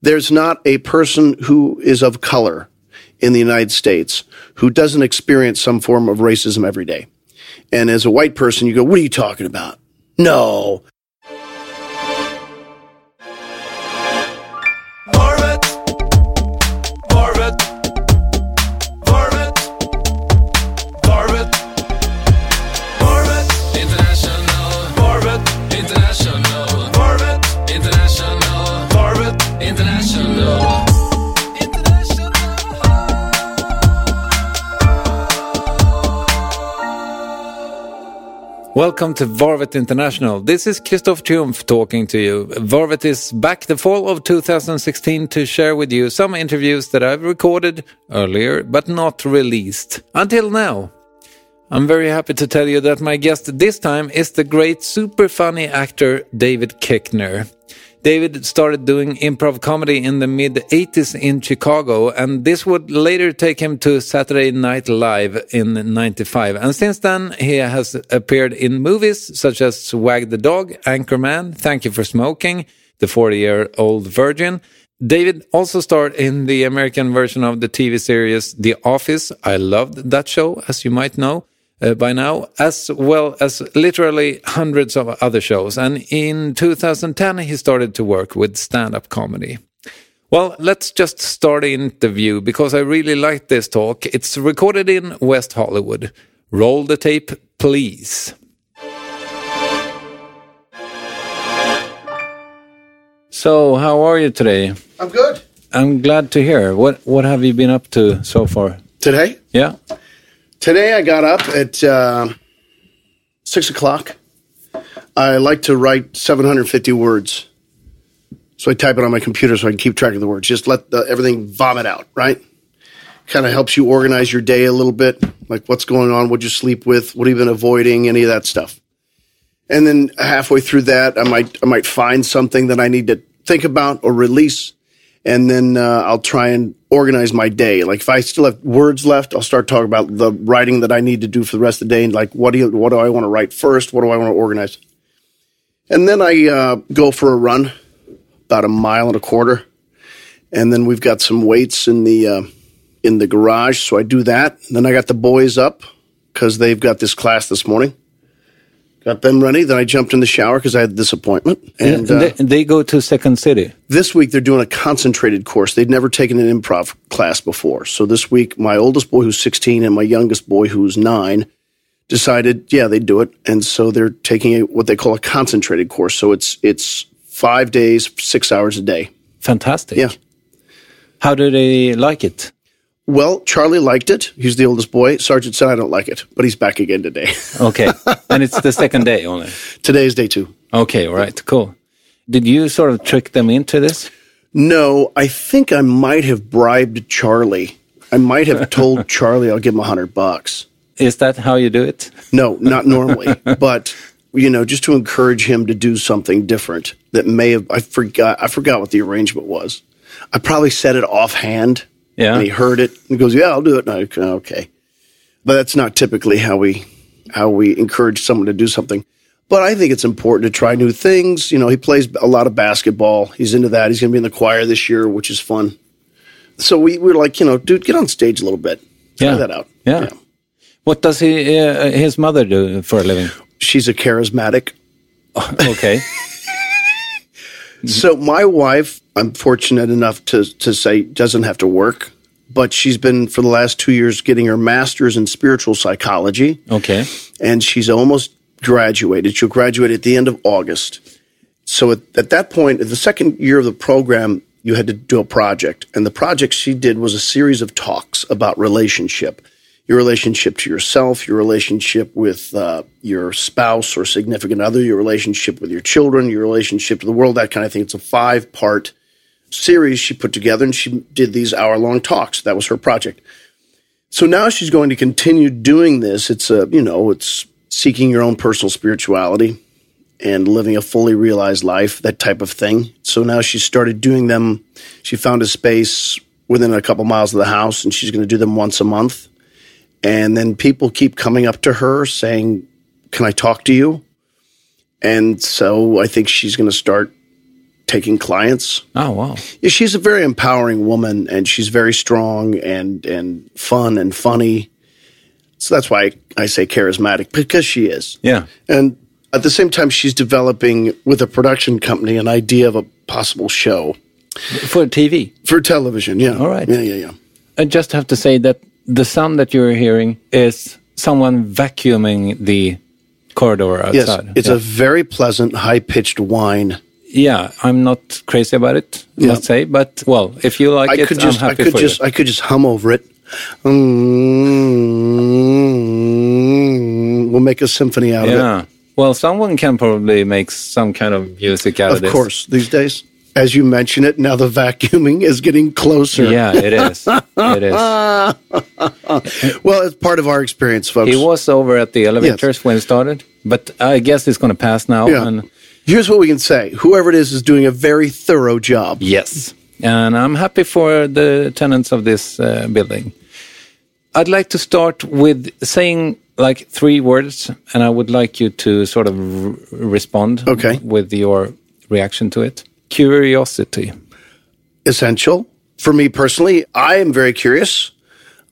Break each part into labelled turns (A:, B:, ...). A: There's not a person who is of color in the United States who doesn't experience some form of racism every day. And as a white person, you go, what are you talking about? No.
B: Varmint. Varmint. Varmint. Varmint. Varmint. International. Varmint. International. Varmint. International. Varmint. International.
C: Welcome to Varvet International. This is Christoph Triumph talking to you. Varvet is back the fall of 2016 to share with you some interviews that I've recorded earlier but not released until now. I'm very happy to tell you that my guest this time is the great super funny actor David Kickner. David started doing improv comedy in the mid 80s in Chicago, and this would later take him to Saturday Night Live in 95. And since then, he has appeared in movies such as Swag the Dog, Anchorman, Thank You for Smoking, The 40 Year Old Virgin. David also starred in the American version of the TV series The Office. I loved that show, as you might know. Uh, by now, as well as literally hundreds of other shows. And in 2010, he started to work with stand up comedy. Well, let's just start the interview because I really like this talk. It's recorded in West Hollywood. Roll the tape, please. So, how are you today?
A: I'm good.
C: I'm glad to hear. What what have you been up to so far?
A: Today?
C: Yeah.
A: Today I got up at uh, six o'clock. I like to write 750 words. So I type it on my computer so I can keep track of the words. Just let the, everything vomit out, right? Kind of helps you organize your day a little bit, like what's going on, what you sleep with, what have you been avoiding, any of that stuff. And then halfway through that, I might I might find something that I need to think about or release, and then uh, I'll try and organize my day. Like if I still have words left, I'll start talking about the writing that I need to do for the rest of the day. And like, what do you, what do I want to write first? What do I want to organize? And then I uh, go for a run, about a mile and a quarter, and then we've got some weights in the uh, in the garage, so I do that. And then I got the boys up because they've got this class this morning. Got them ready. Then I jumped in the shower because I had this appointment. And, uh,
C: they, they go to Second City.
A: this week they're doing a concentrated course. They'd never taken an improv class before. So this week, my oldest boy who's 16 and my youngest boy who's nine decided, yeah, they'd do it. And so they're taking a, what they call a concentrated course. So it's, it's five days, six hours a day.
C: Fantastic.
A: Yeah.
C: How do they like it?
A: Well, Charlie liked it. He's the oldest boy. Sergeant said, I don't like it, but he's back again today.
C: Okay. and it's the second day only.
A: Today's day two.
C: Okay, all right, cool. Did you sort of trick them into this?
A: No, I think I might have bribed Charlie. I might have told Charlie I'll give him a hundred bucks.
C: Is that how you do it?
A: No, not normally, but you know, just to encourage him to do something different that may have I forgot I forgot what the arrangement was. I probably said it offhand.
C: Yeah.
A: And he heard it and goes, "Yeah, I'll do it." And I go, okay. But that's not typically how we how we encourage someone to do something. But I think it's important to try new things. You know, he plays a lot of basketball. He's into that. He's going to be in the choir this year, which is fun. So we, we were like, you know, dude, get on stage a little bit. Try
C: Yeah.
A: that out.
C: Yeah. What does he, uh, his mother do for a living?
A: She's a charismatic
C: Okay.
A: So my wife, I'm fortunate enough to to say, doesn't have to work, but she's been for the last two years getting her master's in spiritual psychology,
C: Okay.
A: and she's almost graduated. She'll graduate at the end of August. So at, at that point, at the second year of the program, you had to do a project, and the project she did was a series of talks about relationship. your relationship to yourself, your relationship with uh, your spouse or significant other, your relationship with your children, your relationship to the world, that kind of thing. It's a five part series she put together, and she did these hour long talks. That was her project. So now she's going to continue doing this. It's a, you know, it's seeking your own personal spirituality and living a fully realized life, that type of thing. So now she started doing them. She found a space within a couple miles of the house, and she's going to do them once a month. And then people keep coming up to her saying, Can I talk to you? And so I think she's going to start taking clients.
D: Oh, wow.
A: Yeah, she's a very empowering woman, and she's very strong and and fun and funny. So that's why I say charismatic because she is.
D: Yeah.
A: And at the same time, she's developing with a production company an idea of a possible show
C: for TV.
A: for television. Yeah.
C: All right.
A: Yeah, yeah, yeah.
C: I just have to say that the sound that you're hearing is someone vacuuming the corridor
A: Yes,
C: outside.
A: it's
C: yeah.
A: a very pleasant, high pitched whine.
C: yeah, I'm not crazy about it, must say, but well, if you like
A: I
C: it,
A: could
C: I'm
A: just,
C: happy
A: I could
C: for
A: just,
C: you.
A: I could just hum over it. Mm, we'll make a symphony out of it.
C: yeah. Well, someone can probably make some kind of music out of,
A: Of
C: this.
A: course, these days, as you mention it, now the vacuuming is getting closer.
C: Yeah, it is. it is.
A: Well, it's part of our experience, folks.
C: He was over at the elevators when it started, but I guess it's going to pass now.
A: Yeah.
C: And
A: Here's what we can say: whoever it is is doing a very thorough job.
C: Yes. And I'm happy for the tenants of this uh, building. I'd like to start with saying like three words, and I would like you to sort of r- respond
A: Okay.
C: with your reaction to it. Curiosity.
A: essential for me personally. I am very curious.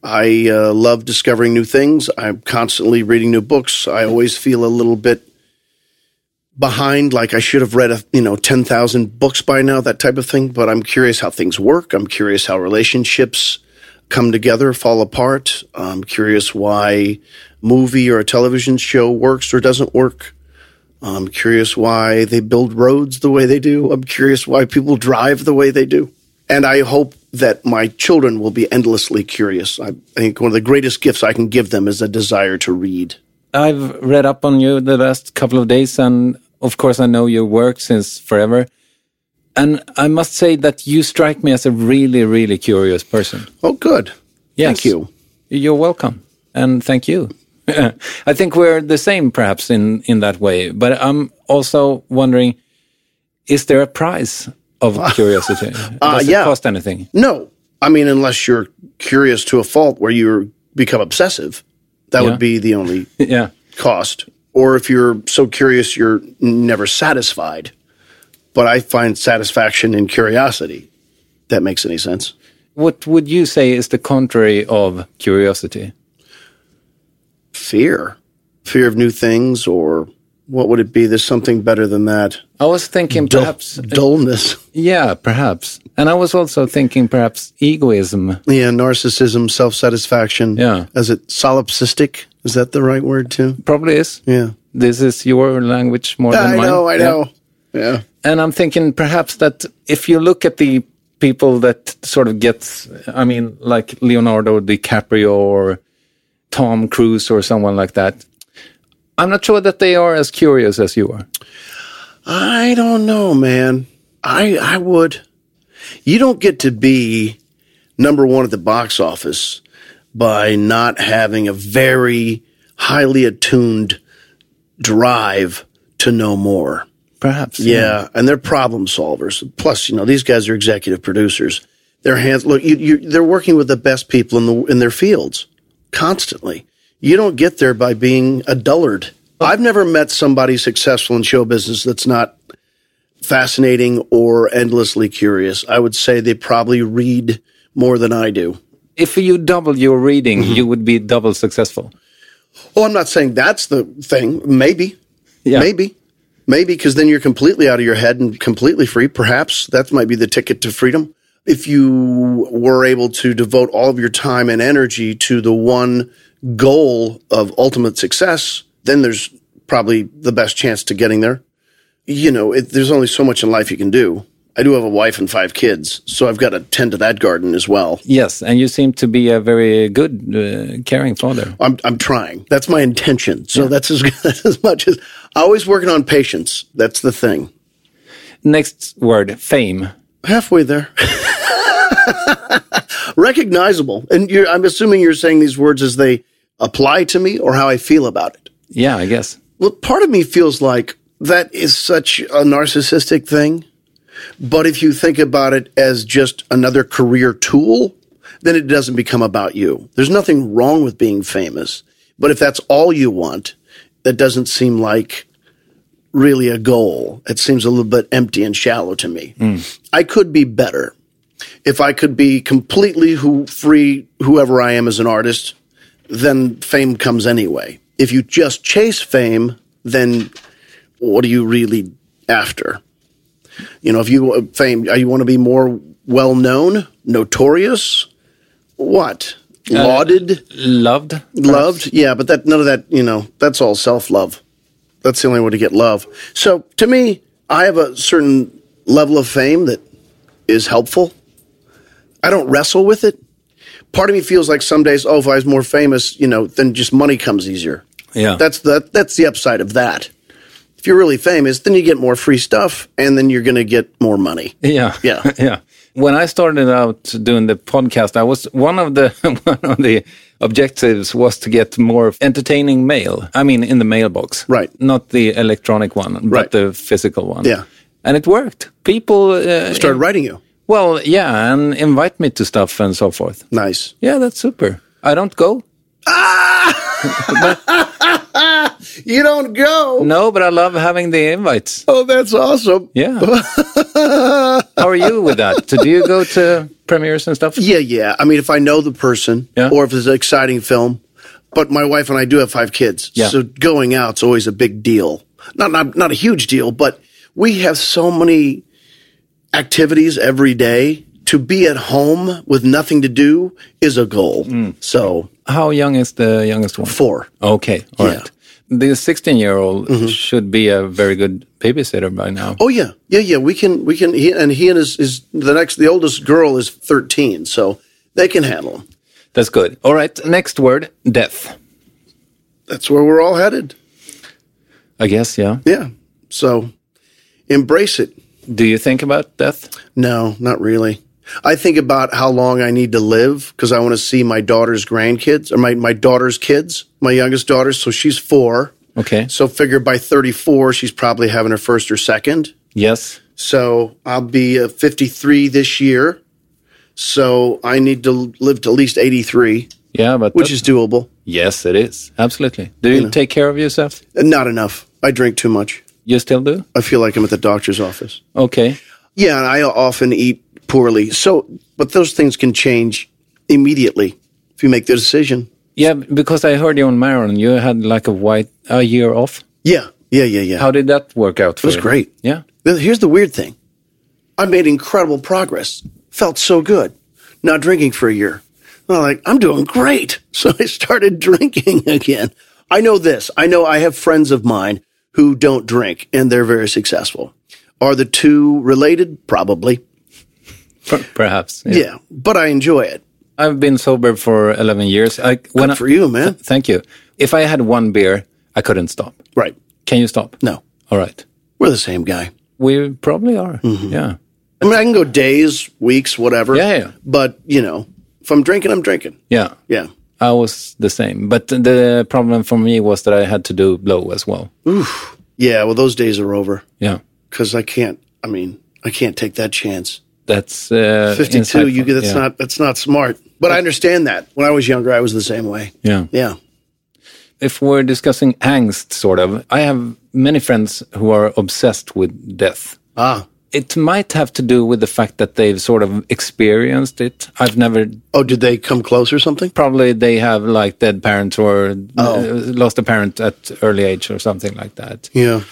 A: I uh, love discovering new things. I'm constantly reading new books. I always feel a little bit behind, like I should have read a, you know ten thousand books by now, that type of thing. But I'm curious how things work. I'm curious how relationships come together, fall apart. I'm curious why a movie or a television show works or doesn't work. I'm curious why they build roads the way they do. I'm curious why people drive the way they do. And I hope that my children will be endlessly curious. I think one of the greatest gifts I can give them is a desire to read.
C: I've read up on you the last couple of days, and of course, I know your work since forever. And I must say that you strike me as a really, really curious person.
A: Oh, good.
C: Yes.
A: Thank you.
C: You're welcome, and thank you. I think we're the same, perhaps in in that way. But I'm also wondering: is there a price of curiosity? Does it
A: Uh, yeah.
C: cost anything?
A: No, I mean, unless you're curious to a fault where you become obsessive, that
C: Yeah.
A: would be the only
C: yeah,
A: cost. Or if you're so curious, you're never satisfied. But I find satisfaction in curiosity. That makes any sense.
C: what would you say is the contrary of curiosity?
A: fear fear of new things or what would it be there's something better than that
C: I was thinking
A: Dull-
C: perhaps,
A: dullness
C: yeah, perhaps, and I was also thinking perhaps egoism.
A: yeah narcissism self-satisfaction
C: Yeah.
A: is it solipsistic is that the right word too
C: Probably is.
A: yeah
C: This is your language more than
A: i
C: mine.
A: know i
C: Yeah.
A: know yeah
C: and I'm thinking perhaps that if you look at the people that sort of gets, I mean, like Leonardo DiCaprio or Tom Cruise or someone like that, I'm not sure that they are as curious as you are.
A: i don't know man i i would you don't get to be number one at the box office by not having a very highly attuned drive to know more
C: Perhaps.
A: Yeah, and they're problem solvers. Plus, you know, these guys are executive producers. Their hands look. You, you, they're working with the best people in the in their fields constantly. You don't get there by being a dullard. I've never met somebody successful in show business that's not fascinating or endlessly curious. I would say they probably read more than I do.
C: If you double your reading,
A: Mm-hmm.
C: you would be double successful.
A: Oh, I'm not saying that's the thing. Maybe.
C: Yeah.
A: Maybe. Maybe because then you're completely out of your head and completely free. Perhaps that might be the ticket to freedom. If you were able to devote all of your time and energy to the one goal of ultimate success, then there's probably the best chance to getting there. You know, it, there's only so much in life you can do. I do have a wife and five kids, so I've got to tend to that garden as well.
C: Yes, and you seem to be a very good, uh, caring father.
A: I'm I'm trying. That's my intention. So that's as that's as much as always working on patience. That's the thing.
C: Next word, fame.
A: Halfway there. Recognizable, and you're, I'm assuming you're saying these words as they apply to me or how I feel about it.
C: Yeah, I guess.
A: Well, part of me feels like that is such a narcissistic thing. But if you think about it as just another career tool, then it doesn't become about you. There's nothing wrong with being famous. But if that's all you want, that doesn't seem like really a goal. It seems a little bit empty and shallow to me. I could be better if I could be completely who, free, whoever I am as an artist, then fame comes anyway. If you just chase fame, then what are you really after? You know, if you uh, fame, uh, you want to be more well known, notorious, what lauded,
C: Loved.
A: loved? Yeah, but that none of that. You know, that's all self love. That's the only way to get love. So to me, I have a certain level of fame that is helpful. I don't wrestle with it. Part of me feels like some days, oh, if I was more famous, you know, then just money comes easier.
C: Yeah.
A: That's the that's the upside of that. If you're really famous, then you get more free stuff, and then you're going to get more money.
C: Yeah.
A: Yeah.
C: yeah. When I started out doing the podcast, I was one of the one of the objectives was to get more entertaining mail. I mean, in the mailbox,
A: Right.
C: Not the electronic one,
A: Right.
C: but the physical one.
A: Yeah.
C: and it worked. People uh,
A: Started writing you.
C: Well, yeah, and invite me to stuff and so forth.
A: Nice.
C: Yeah, that's super. I don't go.
A: You don't go.
C: No, but I love having the invites.
A: Oh, that's awesome.
C: Yeah. How are you with that? Do you go to premieres and stuff?
A: Yeah, yeah. I mean, if I know the person
C: Yeah.
A: or if it's an exciting film, but my wife and I do have five kids,
C: Yeah.
A: so going out's always a big deal. Not not not a huge deal, but we have so many activities every day. To be at home with nothing to do is a goal.
C: Mm.
A: So
C: How young is the youngest one?
A: four.
C: Okay, all
A: Yeah. Mm-hmm.
C: right. The 16 year old should be a very good babysitter by now.
A: Oh yeah, yeah, yeah. We can we can. He, and he and his is the next the oldest girl is thirteen, so they can handle him.
C: That's good. All right, next word death.
A: That's where we're all headed.
C: I guess, yeah.
A: Yeah. So embrace it.
C: Do you think about death?
A: No, not really. I think about how long I need to live because I want to see my daughter's grandkids or my, my daughter's kids, my youngest daughter. So she's four.
C: Okay.
A: So figure by 34, she's probably having her first or second.
C: Yes.
A: So I'll be uh, 53 this year. So I need to live to at least 83,
C: Yeah, but
A: which
C: that-
A: is doable.
C: yes, it is absolutely. Do you take care of yourself?
A: Not enough. I drink too much.
C: You still do?
A: I feel like I'm at the doctor's office.
C: Okay.
A: Yeah, and I often eat poorly. So, but those things can change immediately if you make the decision.
C: Yeah, because I heard you on Maron, you had like a white a year off.
A: Yeah, yeah, yeah, yeah.
C: How did that work out for
A: was
C: you?
A: great.
C: Yeah.
A: Th- Here's the weird thing I made incredible progress, felt so good, not drinking for a year. I'm like, I'm doing great. So I started drinking again. I know this. I know I have friends of mine who don't drink and they're very successful. Are the two related? Probably.
C: Per- perhaps.
A: Yeah, but I enjoy it.
C: I've been sober for 11 years. I when I-
A: For you, man.
C: Thank you. If I had one beer, I couldn't stop.
A: Right.
C: Can you stop?
A: No,
C: All right.
A: we're the same guy.
C: We probably are.
A: Mm-hmm.
C: Yeah.
A: I mean, I can go days, weeks, whatever.
C: Yeah, yeah.
A: But, you know, if I'm drinking, I'm drinking.
C: Yeah.
A: Yeah.
C: I was the same. But the problem for me was that I had to do blow as well.
A: Yeah. Well, those days are over
C: Yeah.
A: because I can't, I mean, I can't take that chance.
C: That's uh,
A: 52, you,
C: insightful.
A: that's
C: yeah.
A: not, that's not smart. But I understand that. When I was younger, I was the same way.
C: Yeah.
A: Yeah.
C: If we're discussing angst, sort of, I have many friends who are obsessed with death.
A: Ah.
C: It might have to do with the fact that they've sort of experienced it. I've never
A: Oh, did they come close or something?
C: probably they have like dead parents or
A: Oh.
C: uh, lost a parent at early age or something like that.
A: Yeah.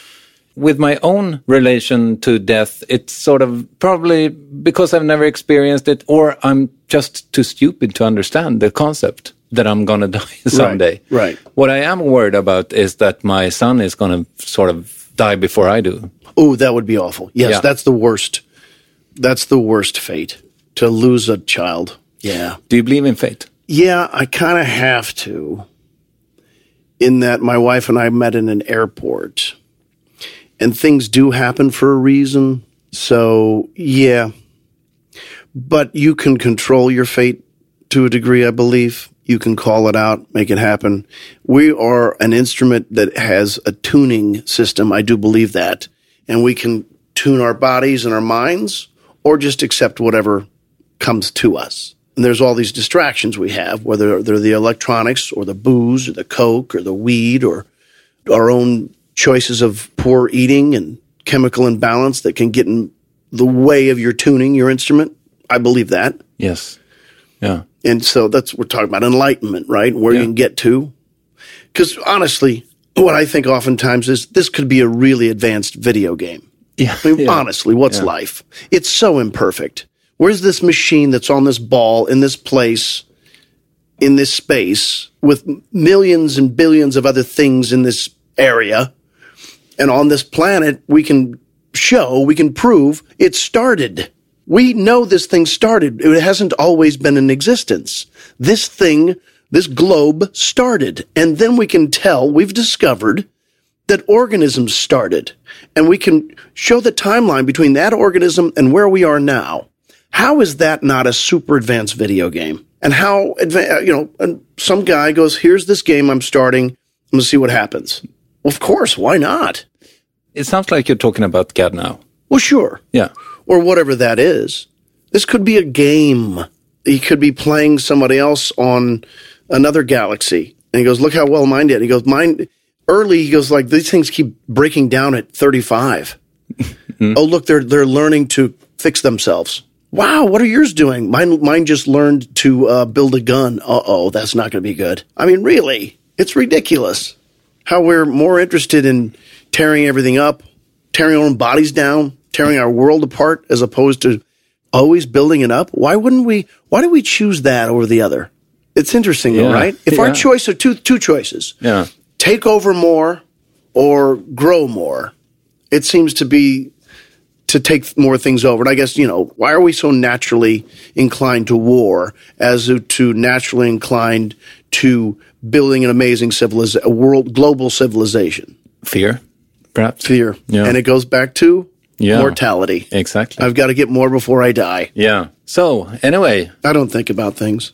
C: With my own relation to death, it's sort of probably because I've never experienced it or I'm just too stupid to understand the concept that I'm going to die someday.
A: right.
C: What I am worried about is that my son is going to sort of die before I do.
A: Oh, that would be awful. Yes.
C: Yeah.
A: That's the worst. That's the worst fate to lose a child. Yeah.
C: Do you believe in fate?
A: Yeah, I kind of have to. In that my wife and I met in an airport, and things do happen for a reason. So, yeah. But you can control your fate to a degree, I believe. You can call it out, make it happen. We are an instrument that has a tuning system. I do believe that. And we can tune our bodies and our minds or just accept whatever comes to us. And there's all these distractions we have, whether they're the electronics or the booze or the coke or the weed or our own choices of poor eating and chemical imbalance that can get in the way of your tuning your instrument. I believe that.
C: Yes. Yeah.
A: And so that's we're talking about enlightenment, right? Where you can get to. Because honestly, what I think oftentimes is this could be a really advanced video game.
C: Yeah.
A: I mean, honestly, what's life? It's so imperfect. Where's this machine that's on this ball in this place, in this space, with millions and billions of other things in this area? And on this planet, we can show, we can prove it started. We know this thing started. It hasn't always been in existence. This thing, this globe started. And then we can tell, we've discovered that organisms started and we can show the timeline between that organism and where we are now. How is that not a super advanced video game? And how, adva- uh, you know, and some guy goes, here's this game I'm starting. I'm going to see what happens. Of course. Why not?
C: It sounds like you're talking about God now.
A: Well, sure.
C: Yeah.
A: or whatever that is. This could be a game. He could be playing somebody else on another galaxy. And he goes, look how well mine did. He goes, mine early. He goes, like these things keep breaking down at 35. Oh,
C: Mm-hmm.
A: look, they're, they're learning to fix themselves. Wow. What are yours doing? Mine, mine just learned to uh, build a gun. Uh oh, that's not going to be good. I mean, really, it's ridiculous how we're more interested in tearing everything up, tearing our own bodies down, tearing our world apart, as opposed to always building it up. Why wouldn't we? Why do we choose that over the other? It's interesting, though,
C: Yeah.
A: right? If our
C: Yeah.
A: choice are two two choices,
C: Yeah.
A: take over more or grow more, it seems to be to take more things over. And I guess you know why are we so naturally inclined to war as to naturally inclined to building an amazing civilization, a world global civilization?
C: Fear, perhaps.
A: Fear,
C: Yeah.
A: and it goes back to
C: Yeah.
A: mortality.
C: Exactly.
A: I've got to get more before I die.
C: yeah. So anyway,
A: I don't think about things.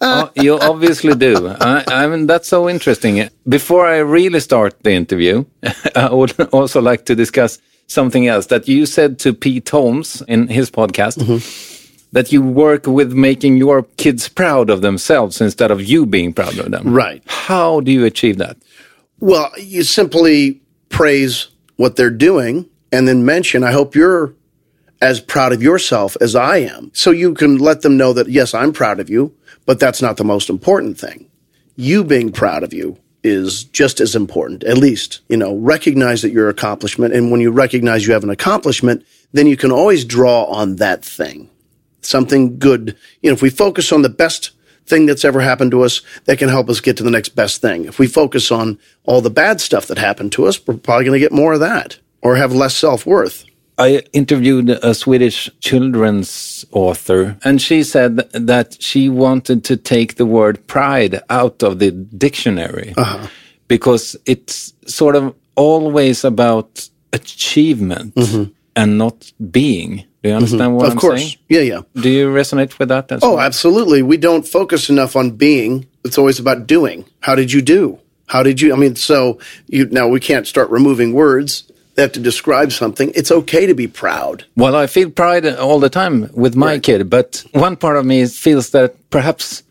C: Oh, you obviously do. I, I mean, that's so interesting. Before I really start the interview, I would also like to discuss something else that you said to Pete Holmes in his podcast that you work with making your kids proud of themselves instead of you being proud of them.
A: Right.
C: How do you achieve that?
A: Well, you simply praise what they're doing and then mention, I hope you're as proud of yourself as I am. So you can let them know that, yes, I'm proud of you, but that's not the most important thing. You being proud of you is just as important, at least, you know, recognize that your accomplishment. And when you recognize you have an accomplishment, then you can always draw on that thing something good. You know, if we focus on the best thing that's ever happened to us, that can help us get to the next best thing. If we focus on all the bad stuff that happened to us, we're probably going to get more of that or have less self worth.
C: I interviewed a Swedish children's author, and she said that she wanted to take the word pride out of the dictionary
A: Uh-huh.
C: because it's sort of always about achievement and not being. Do you understand what
A: Mm-hmm. Of
C: I'm
A: course.
C: saying?
A: Yeah, yeah.
C: Do you resonate with that? As
A: Oh, absolutely. We don't focus enough on being. It's always about doing. How did you do? How did you? I mean, so you now we can't start removing words that have to describe something. It's okay to be proud.
C: Well, I feel pride all the time with my kid, but one part of me feels that perhaps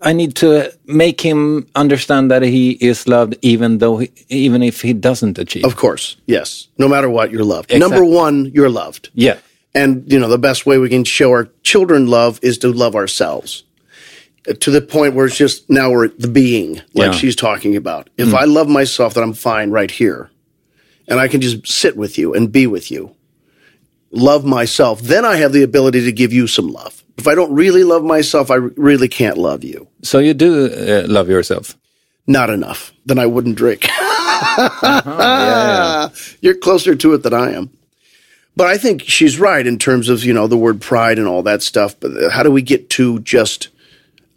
C: I need to make him understand that he is loved, even though, he, even if he doesn't achieve.
A: Of course. Yes. No matter what, you're loved.
C: Exactly.
A: Number one, you're loved.
C: yeah,
A: And you know, the best way we can show our children love is to love ourselves Uh, to the point where it's just now we're at the being, like
C: Yeah.
A: she's talking about. If I love myself, then I'm fine right here, and I can just sit with you and be with you. Love myself, then I have the ability to give you some love. If I don't really love myself, I re- really can't love you.
C: so you do uh, love yourself.
A: Not enough. Then I wouldn't drink.
C: Yeah, yeah, yeah.
A: You're closer to it than I am. But I think she's right in terms of you know the word pride and all that stuff. But how do we get to just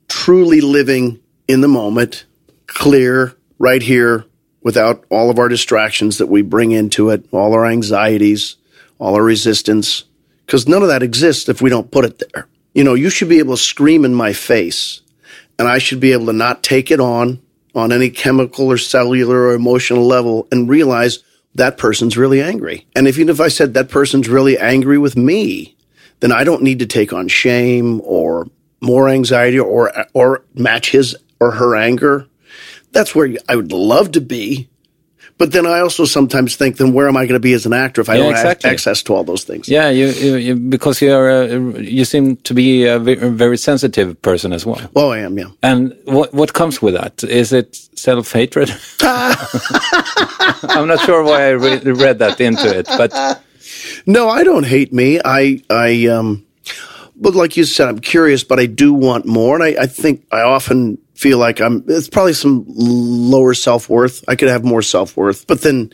A: truly living in the moment, clear, right here, without all of our distractions that we bring into it, all our anxieties, all our resistance? Because none of that exists if we don't put it there. You know, you should be able to scream in my face, and I should be able to not take it on on any chemical or cellular or emotional level and realize that person's really angry. And if, even if I said that person's really angry with me, then I don't need to take on shame or more anxiety or or match his or her anger. That's where I would love to be. But then I also sometimes think, then where am I going to be as an actor if I
C: Yeah,
A: don't have
C: exactly.
A: access to all those things?
C: Yeah, you, you, you because you are a, you seem to be a ve- a very sensitive person as well.
A: Oh, I am. Yeah.
C: And what what comes with that? Is it self hatred? I'm not sure why I re- read that into it, but
A: No, I don't hate me. I, I, um, but like you said, I'm curious, but I do want more. And I, I think I often feel like I'm, it's probably some lower self worth. I could have more self worth, but then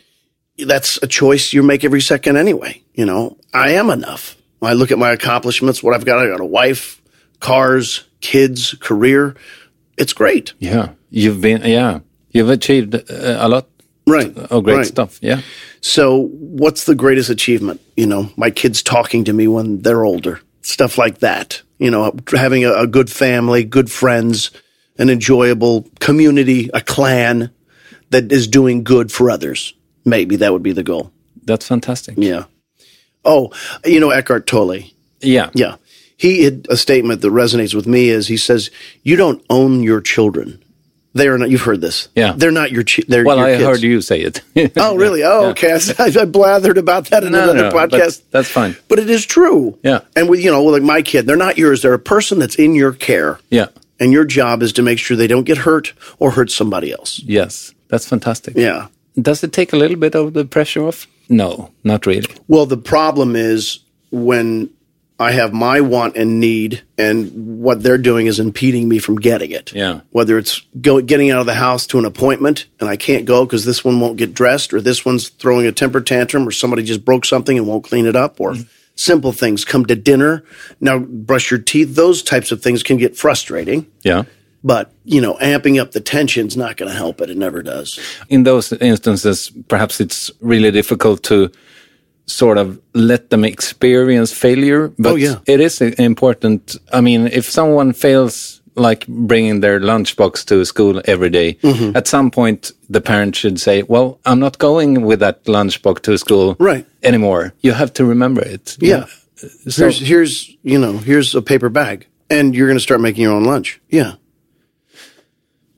A: that's a choice you make every second anyway. You know, I am enough. When I look at my accomplishments, what I've got, I got a wife, cars, kids, career. It's great.
C: yeah, you've been yeah, you've achieved uh, a lot
A: Right.
C: of Oh, great
A: right.
C: stuff. Yeah,
A: So, what's the greatest achievement? You know, my kids talking to me when they're older, stuff like that. You know, having a, a good family, good friends, an enjoyable community, a clan that is doing good for others. Maybe that would be the goal.
C: that's fantastic.
A: Yeah. Oh, you know, Eckhart Tolle.
C: Yeah,
A: Yeah. He had a statement that resonates with me is he says, You don't own your children. They are not, you've heard this.
C: Yeah.
A: They're not your, chi- they're
C: Well,
A: your
C: I
A: kids.
C: heard you say it.
A: Oh, really? Oh, okay. I, I blathered about that in
C: No,
A: another
C: no,
A: podcast.
C: that's- that's fine.
A: But it is true.
C: Yeah.
A: And with you know, like my kid, they're not yours. They're a person that's in your care.
C: yeah,
A: And your job is to make sure they don't get hurt or hurt somebody else.
C: yes, that's fantastic.
A: Yeah.
C: Does it take a little bit of the pressure off? No, not really.
A: Well, the problem is when I have my want and need, and what they're doing is impeding me from getting it.
C: Yeah.
A: Whether it's go, getting out of the house to an appointment and I can't go because this one won't get dressed, or this one's throwing a temper tantrum, or somebody just broke something and won't clean it up, or simple things come to dinner, now brush your teeth. Those types of things can get frustrating.
C: Yeah.
A: But, you know, amping up the tension's not going to help it. It never does.
C: in those instances, perhaps it's really difficult to sort of let them experience failure. But
A: Oh, yeah.
C: it is i- important. I mean, if someone fails, like bringing their lunchbox to school every day,
A: Mm-hmm.
C: at some point the parent should say, "Well, I'm not going with that lunchbox to school
A: Right.
C: anymore." You have to remember it.
A: Yeah. here's here's you know here's a paper bag, and you're going to start making your own lunch. Yeah.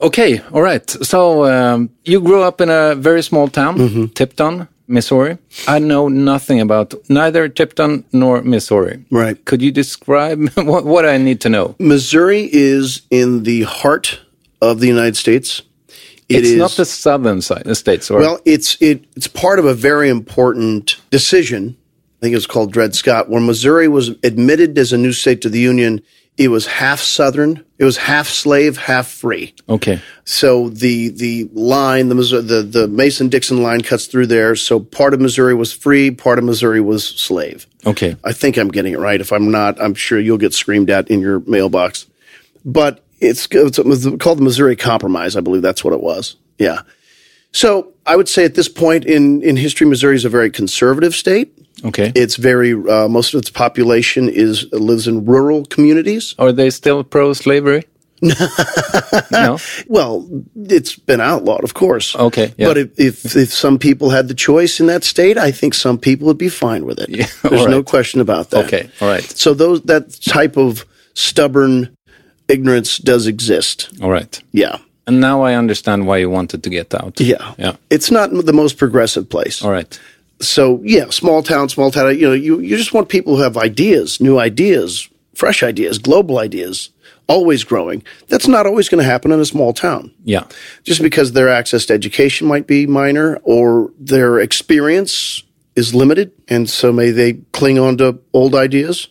C: Okay, all right. So um, you grew up in a very small town,
A: Mm-hmm.
C: Tipton, Missouri. I know nothing about neither Tipton nor Missouri.
A: Right.
C: Could you describe what, what I need to know?
A: Missouri is in the heart of the United States. It
C: it's
A: is-
C: not the southern side, the states, or
A: well. It's it, it's part of a very important decision. I think it was called Dred Scott, when Missouri was admitted as a new state to the Union. It was half Southern. It was half slave, half free.
C: okay,
A: So the the line, the Missouri, the the Mason Dixon line cuts through there. So part of Missouri was free, part of Missouri was slave.
C: okay,
A: I think I'm getting it right. If I'm not, I'm sure you'll get screamed at in your mailbox. But it's, it's it was called the Missouri Compromise. I believe that's what it was. Yeah. So I would say at this point in, in history, Missouri is a very conservative state.
C: okay.
A: It's very, uh, most of its population is lives in rural communities.
C: Are they still pro-slavery? no.
A: Well, it's been outlawed, of course.
C: Okay, yeah.
A: But if, if, if some people had the choice in that state, I think some people would be fine with it.
C: all
A: There's no
C: right.
A: question about that.
C: Okay, all right,
A: So those that type of stubborn ignorance does exist.
C: all right.
A: Yeah.
C: And now I understand why you wanted to get out.
A: Yeah.
C: yeah.
A: It's not the most progressive place.
C: All right.
A: So, yeah, small town, small town, you know, you, you just want people who have ideas, new ideas, fresh ideas, global ideas, always growing. That's not always going to happen in a small town.
C: Yeah,
A: Just because their access to education might be minor or their experience is limited and so may they cling on to old ideas.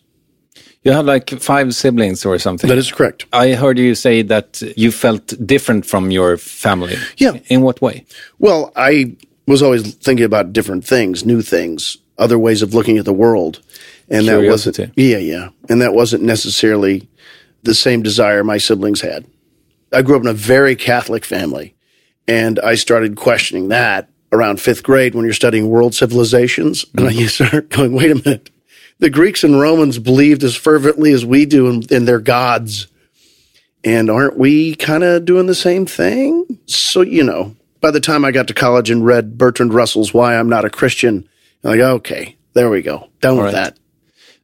C: you had like five siblings or something.
A: That is correct.
C: I heard you say that you felt different from your family.
A: Yeah.
C: In what way?
A: Well, I was always thinking about different things, new things. other ways of looking at the world. And that
C: Curiosity.
A: wasn't, yeah, yeah. And that wasn't necessarily the same desire my siblings had. I grew up in a very Catholic family, and I started questioning that around fifth grade when you're studying world civilizations. And I start going, wait a minute. The Greeks and Romans believed as fervently as we do in, in their gods. And aren't we kind of doing the same thing? So, you know, by the time I got to college and read Bertrand Russell's Why I'm Not a Christian, I'm like, okay, there we go. Done with
C: right.
A: that.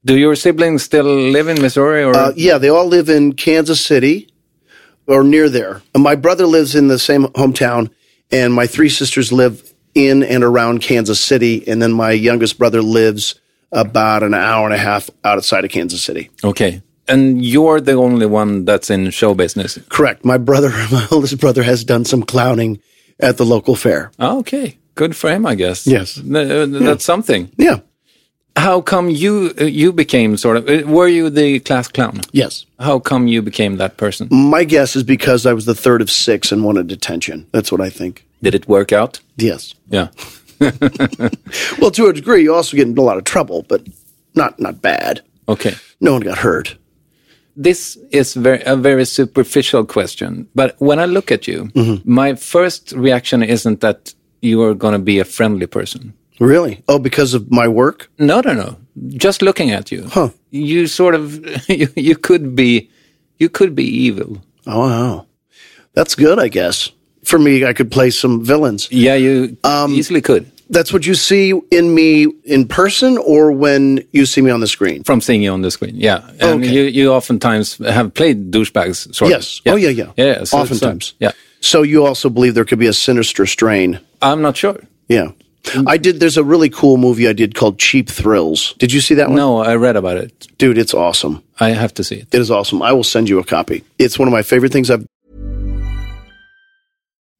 E: Do your siblings still live in Missouri? Or
A: Uh, yeah, they all live in Kansas City or near there. And my brother lives in the same hometown, and my three sisters live in and around Kansas City. And then my youngest brother lives about an hour and a half outside of Kansas City.
E: okay,
C: And you're the only one that's in show business.
A: Correct. My brother, my oldest brother, has done some clowning at the local fair.
C: Ah, okay. Good for him, I guess.
A: Yes.
C: Th- uh, That's something.
A: Yeah.
C: How come you uh, you became sort of uh, were you the class clown?
A: Yes.
C: How come you became that person?
A: My guess is because I was the third of six and wanted attention. That's what I think.
C: Did it work out?
A: Yes.
C: Yeah.
A: Well, to a degree, you also get into a lot of trouble, but not not bad.
C: Okay.
A: No one got hurt.
C: This is very, a very superficial question, but when I look at you,
A: Mm-hmm.
C: my first reaction isn't that you are going to be a friendly person.
A: Really? Oh, because of my work?
C: No, no, no. Just looking at you, you sort of you, you could be you could be evil.
A: Oh, wow. That's good, I guess. For me, I could play some villains.
C: Yeah, you
A: Um,
C: easily could
A: That's what you see in me in person or when you see me on the screen?
C: from seeing you on the screen. Yeah, and
A: Okay.
C: you you oftentimes have played douchebags. Sort
A: Yes.
C: Of.
A: Oh, yeah, yeah.
C: yeah. so- so-
A: Oftentimes.
C: yeah,
A: So you also believe there could be a sinister strain.
C: I'm not sure.
A: Yeah. I did, there's a really cool movie I did called Cheap Thrills. Did you see that one?
C: No, I read about it.
A: Dude, it's awesome.
C: I have to see it.
A: It is awesome. I will send you a copy. It's one of my favorite things I've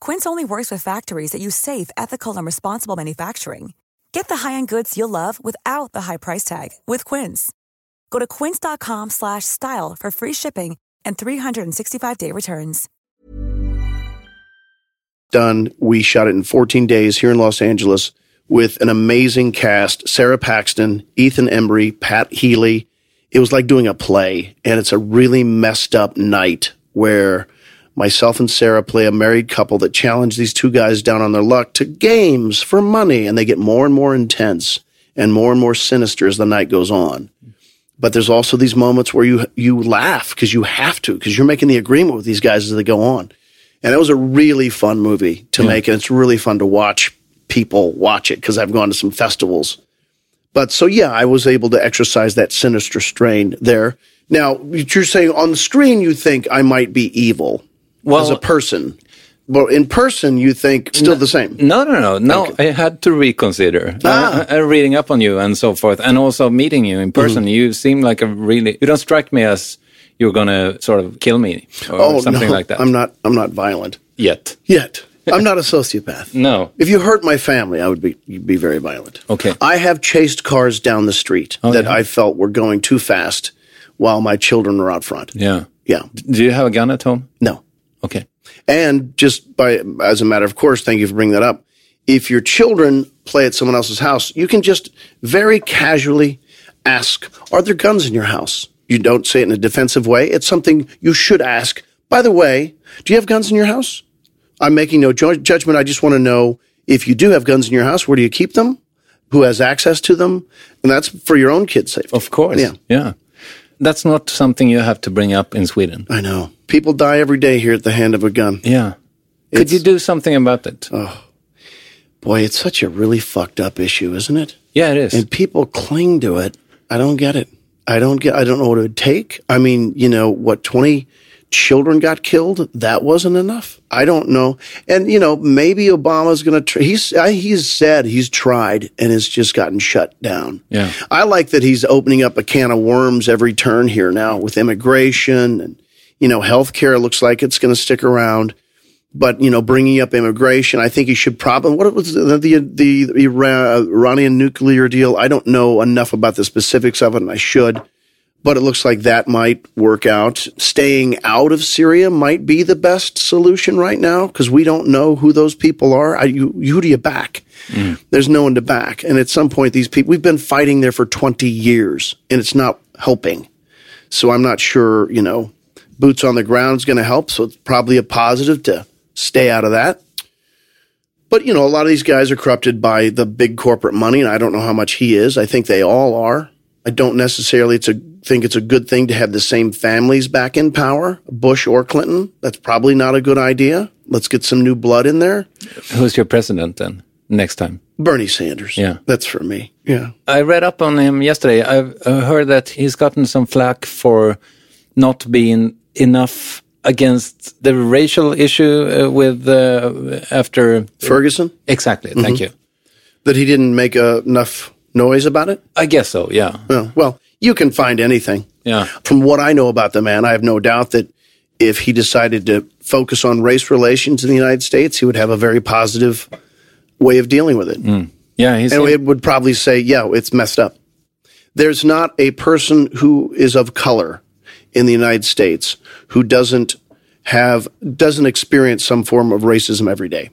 F: Quince only works with factories that use safe, ethical, and responsible manufacturing. Get the high-end goods you'll love without the high price tag with Quince. Go to quince.com/style slash style for free shipping and 365-day returns.
A: done. We shot it in 14 days here in Los Angeles with an amazing cast Sarah Paxton, Ethan Embry, Pat Healy. It was like doing a play, and it's a really messed up night where myself and Sarah play a married couple that challenge these two guys down on their luck to games for money, and they get more and more intense and more and more sinister as the night goes on. But there's also these moments where you you laugh because you have to because you're making the agreement with these guys as they go on. And it was a really fun movie to make, and it's really fun to watch people watch it because I've gone to some festivals. But so yeah, I was able to exercise that sinister strain there. Now you're saying on the screen you think I might be evil as a person, but in person you think still the same.
C: No, no, no. No, I had to reconsider.
A: Ah.
C: Uh, uh, reading up on you and so forth, and also meeting you
A: Mm-hmm.
C: in person, you seem like a really. You don't strike me as you're going to sort of kill me or something
A: Oh, no,
C: like that
A: I'm not. I'm not violent
C: yet.
A: yet. I'm not a sociopath.
C: No.
A: If you hurt my family, I would be you'd be very violent.
C: Okay.
A: I have chased cars down the street that I felt were going too fast while my children were out front.
C: Yeah.
A: Yeah.
C: Do you have a gun at home?
A: No.
C: Okay.
A: And just by as a matter of course, thank you for bringing that up. If your children play at someone else's house, you can just very casually ask, "Are there guns in your house?" You don't say it in a defensive way. It's something you should ask. By the way, do you have guns in your house? I'm making no ju- judgment. I just want to know if you do have guns in your house, where do you keep them? Who has access to them? And that's for your own kids' safety.
C: Of course.
A: Yeah.
C: Yeah. That's not something you have to bring up in Sweden.
A: I know. People die every day here at the hand of a gun.
C: Yeah. Could you do something about it?
A: Uh, Boy, it's such a really fucked up issue, isn't it?
C: yeah, it is.
A: And people cling to it. I don't get it. I don't get. I don't know what it would take. I mean, you know what? Twenty children got killed. That wasn't enough. I don't know. And you know, maybe Obama's going to. Tr- he's I, he's said he's tried and it's just gotten shut down.
C: Yeah.
A: I like that he's opening up a can of worms every turn here now with immigration and you know healthcare looks like it's going to stick around but you know, bringing up immigration, I think he should probably. What was the the, the Ira- Iranian nuclear deal? I don't know enough about the specifics of it, and I should. But it looks like that might work out. Staying out of Syria might be the best solution right now because we don't know who those people are. I, you, who do you back? There's no one to back. And at some point, these people, we've been fighting there for 20 years and it's not helping. So I'm not sure, you know, boots on the ground is going to help. So it's probably a positive to stay out of that. But, you know, a lot of these guys are corrupted by the big corporate money, and I don't know how much he is. I think they all are. I don't necessarily it's a, think it's a good thing to have the same families back in power, Bush or Clinton. That's probably not a good idea. Let's get some new blood in there.
C: Who's your president then? Next time.
A: Bernie Sanders.
C: Yeah.
A: That's for me. Yeah.
C: I read up on him yesterday. I've uh, heard that he's gotten some flack for not being enough against the racial issue uh, with uh, after
A: Ferguson, Mm-hmm.
C: exactly. Thank you.
A: that he didn't make uh, enough noise about it.
C: I guess so. Yeah.
A: Oh, well, you can find anything.
C: Yeah.
A: From what I know about the man, I have no doubt that if he decided to focus on race relations in the United States, he would have a very positive way of dealing with it.
C: Yeah. He's
A: And it would probably say, yeah, it's messed up. There's not a person who is of color in the United States who doesn't have, doesn't experience some form of racism every day.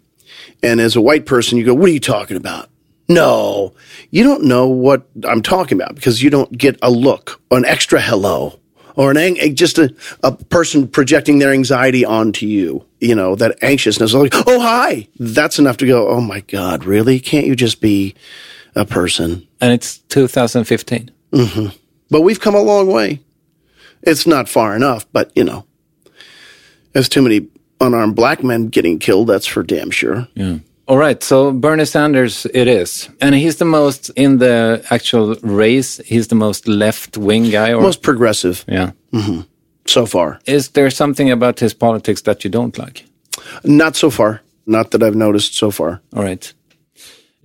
A: And as a white person, you go, what are you talking about? No, you don't know what I'm talking about because you don't get a look, an extra hello, or an ang- just a, a person projecting their anxiety onto you. You know that anxiousness, like oh hi, that's enough to go. Oh my god, really? Can't you just be a person?
C: and it's 2015.
A: But we've come a long way. It's not far enough, but you know, there's too many unarmed black men getting killed. That's for damn sure.
C: All right, so Bernie Sanders it is. And he's the most in the actual race, he's the most left-wing guy or
A: Most progressive
C: yeah.
A: so far.
C: Is there something about his politics that you don't like?
A: Not so far. Not that I've noticed so far.
C: All right.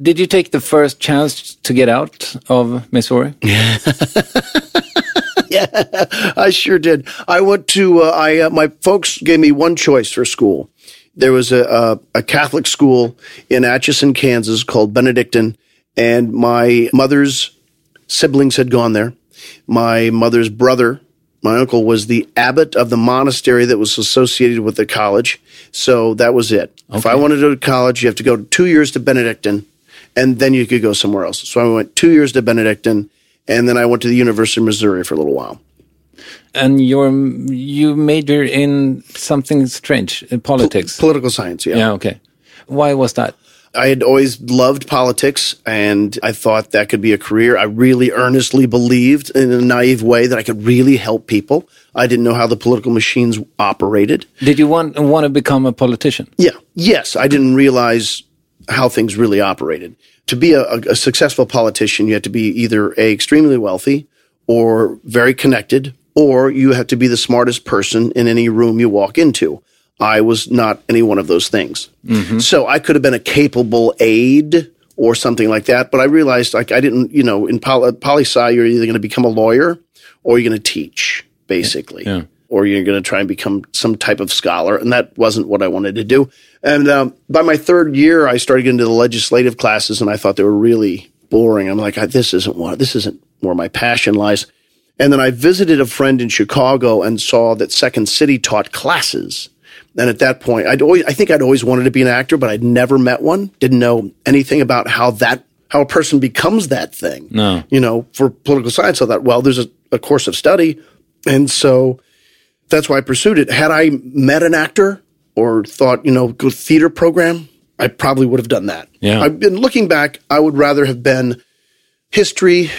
C: Did you take the first chance to get out of Missouri?
A: I sure did. I went to uh, I uh, my folks gave me one choice for school. There was a, a a Catholic school in Atchison, Kansas called Benedictine, and my mother's siblings had gone there. My mother's brother, my uncle, was the abbot of the monastery that was associated with the college. So that was it. If I wanted to go to college, you have to go two years to Benedictine, and then you could go somewhere else. So I went two years to Benedictine, and then I went to the University of Missouri for a little while.
C: And you're you major in something strange, in politics.
A: Political science, yeah.
C: yeah, okay. Why was that?
A: I had always loved politics and I thought that could be a career. I really earnestly believed in a naive way that I could really help people. I didn't know how the political machines operated.
C: Did you want want to become a politician?
A: Yeah. Yes, I didn't realize how things really operated. To be a, a successful politician, you have to be either a extremely wealthy or very connected, or you have to be the smartest person in any room you walk into. I was not any one of those things. So I could have been a capable aide or something like that, but I realized like I didn't, you know, in poli, poli sci, you're either going to become a lawyer or you're going to teach, basically or you're going to try and become some type of scholar. And that wasn't what I wanted to do. And um, by my third year, I started getting into the legislative classes, and I thought they were really boring. I'm like, I, this isn't what this isn't where my passion lies. And then I visited a friend in Chicago and saw that Second City taught classes. And at that point, I'd always, I think I'd always wanted to be an actor, but I'd never met one. Didn't know anything about how that, how a person becomes that thing. No. You know, for political science, I thought, well, there's a, a course of study. And so that's why I pursued it. Had I met an actor or thought, you know, go theater program, I probably would have done that.
C: Yeah.
A: I've been looking back, I would rather have been history,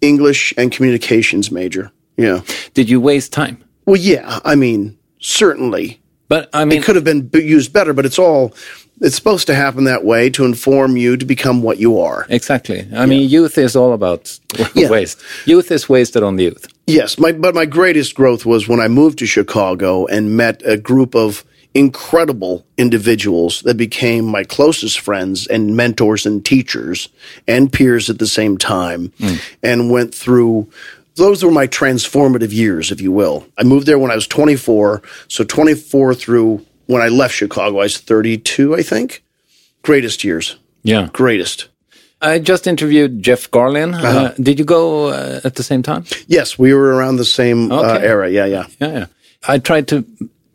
A: English, and communications major. Yeah.
C: Did you waste time?
A: Well, yeah, I mean, certainly.
C: But I mean,
A: it could have been b- used better, but it's all it's supposed to happen that way to inform you to become what you are.
C: exactly. I mean, youth is all about
A: Yeah.
C: waste. Youth is wasted on the youth.
A: Yes, my but my greatest growth was when I moved to Chicago and met a group of incredible individuals that became my closest friends and mentors and teachers and peers at the same time and went through those were my transformative years if you will. I moved there when I was 24, so 24 through when I left Chicago I was 32 I think. Greatest years.
C: Yeah.
A: Greatest.
C: I just interviewed Jeff Garlin. uh did you go uh, at the same time?
A: Yes, we were around the same uh,
C: Okay.
A: era. Yeah, yeah.
C: Yeah, yeah. I tried to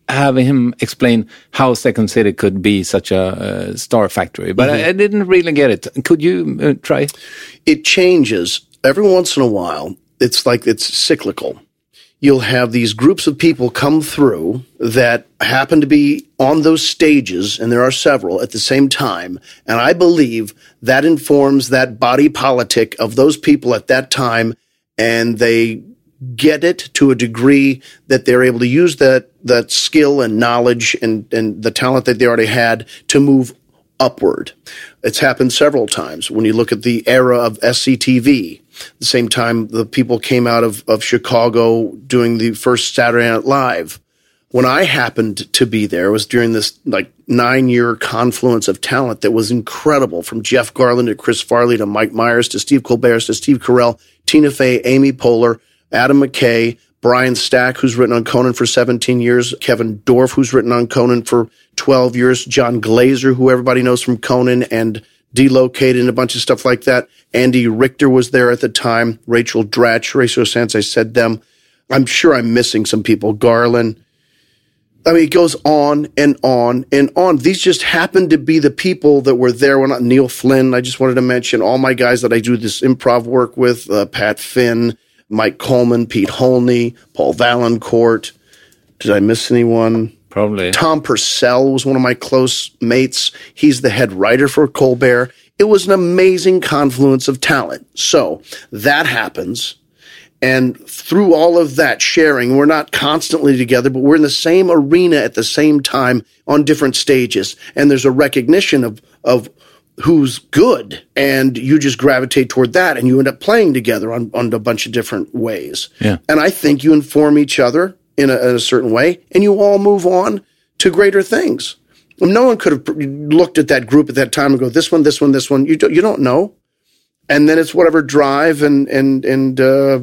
C: have him explain how Second City could be such a uh, star factory, but I, I didn't really get it. Could you uh, try?
A: it changes every once in a while. It's like it's cyclical. You'll have these groups of people come through that happen to be on those stages, and there are several at the same time. And I believe that informs that body politic of those people at that time, and they get it to a degree that they're able to use that that skill and knowledge and and the talent that they already had to move upward. It's happened several times. When you look at the era of SCTV, the same time the people came out of, of Chicago doing the first Saturday Night Live. When I happened to be there it was during this like nine year confluence of talent that was incredible from Jeff Garland to Chris Farley to Mike Myers to Steve Colbert to Steve Carell, Tina Fey, Amy Poehler, Adam McKay, Brian Stack, who's written on Conan for 17 years, Kevin Dorff, who's written on Conan for 12 years, John Glazer, who everybody knows from Conan and Delocated and a bunch of stuff like that. Andy Richter was there at the time, Rachel Dratch, Rachel Sands, I said them. I'm sure I'm missing some people. Garland. I mean, it goes on and on and on. These just happen to be the people that were there when I, Neil Flynn, I just wanted to mention all my guys that I do this improv work with, uh, Pat Finn, Mike Coleman, Pete Holney, Paul Valancourt. Did I miss anyone?
C: Probably.
A: Tom Purcell was one of my close mates. He's the head writer for Colbert. It was an amazing confluence of talent. So that happens. And through all of that sharing, we're not constantly together, but we're in the same arena at the same time on different stages. And there's a recognition of, of who's good. And you just gravitate toward that and you end up playing together on, on a bunch of different ways.
C: Yeah.
A: And I think you inform each other in a, in a certain way and you all move on to greater things. No one could have pr- looked at that group at that time and go, this one, this one, this one. You, do, you don't know. And then it's whatever drive and, and, and, uh,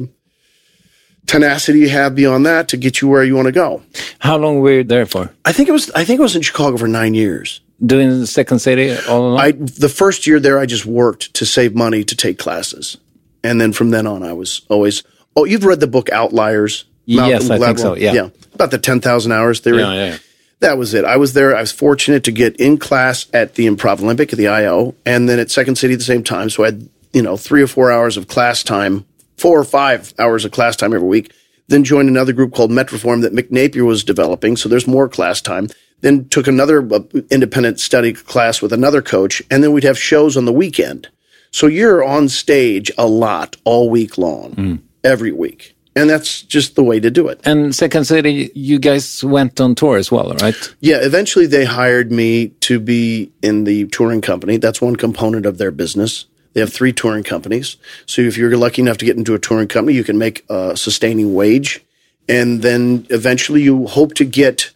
A: tenacity you have beyond that to get you where you want to go.
C: How long were you there for?
A: I think it was I think I was in Chicago for nine years.
C: Doing the Second City all along?
A: I the first year there I just worked to save money to take classes. And then from then on I was always Oh, you've read the book Outliers.
C: Yes, I think so, yeah.
A: About the ten thousand hours theory.
C: yeah, yeah.
A: That was it. I was there. I was fortunate to get in class at the Improv Olympic at the IO and then at Second City at the same time. So I had, you know, three or four hours of class time, four or five hours of class time every week. Then joined another group called Metroform that McNapier was developing. So there's more class time. Then took another uh, independent study class with another coach. And then we'd have shows on the weekend. So you're on stage a lot all week long, every week. And that's just the way to do it.
C: And Second City, you guys went on tour as well, right?
A: Yeah, eventually they hired me to be in the touring company. That's one component of their business. They have three touring companies. So if you're lucky enough to get into a touring company, you can make a sustaining wage. And then eventually you hope to get